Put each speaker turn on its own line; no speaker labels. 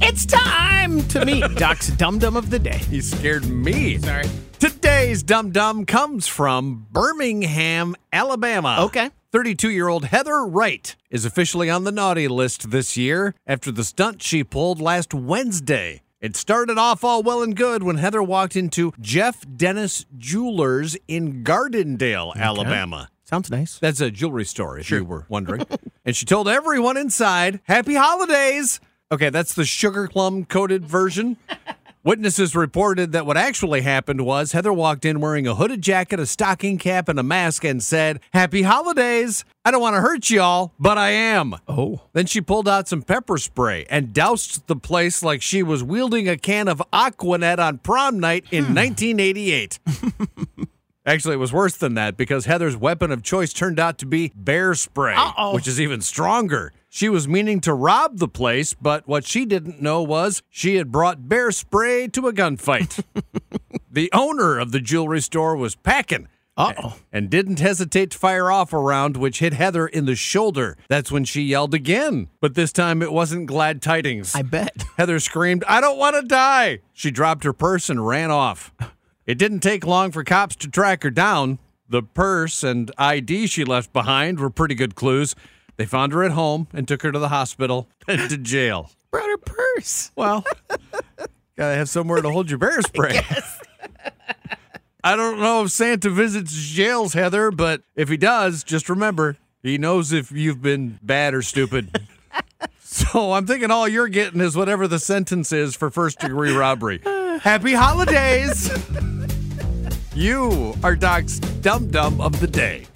It's time to meet Doc's Dum Dum of the Day.
You scared me.
Sorry.
Today's dum dum comes from Birmingham, Alabama.
Okay.
32 year old Heather Wright is officially on the naughty list this year after the stunt she pulled last Wednesday. It started off all well and good when Heather walked into Jeff Dennis Jewelers in Gardendale, Alabama.
Sounds nice.
That's a jewelry store, if you were wondering. and she told everyone inside, Happy Holidays! Okay, that's the sugar plum coated version. Witnesses reported that what actually happened was Heather walked in wearing a hooded jacket, a stocking cap, and a mask and said, Happy Holidays! I don't want to hurt y'all, but I am.
Oh.
Then she pulled out some pepper spray and doused the place like she was wielding a can of Aquanet on prom night in 1988. Actually, it was worse than that because Heather's weapon of choice turned out to be bear spray,
Uh-oh.
which is even stronger. She was meaning to rob the place, but what she didn't know was she had brought bear spray to a gunfight. the owner of the jewelry store was packing.
Uh-oh.
And didn't hesitate to fire off a round, which hit Heather in the shoulder. That's when she yelled again. But this time it wasn't glad tidings.
I bet.
Heather screamed, I don't want to die. She dropped her purse and ran off. It didn't take long for cops to track her down. The purse and ID she left behind were pretty good clues. They found her at home and took her to the hospital and to jail.
Brought her purse.
Well, gotta have somewhere to hold your bear spray. I don't know if Santa visits jails, Heather, but if he does, just remember he knows if you've been bad or stupid. so I'm thinking all you're getting is whatever the sentence is for first degree robbery. Happy holidays! you are Doc's dum dum of the day.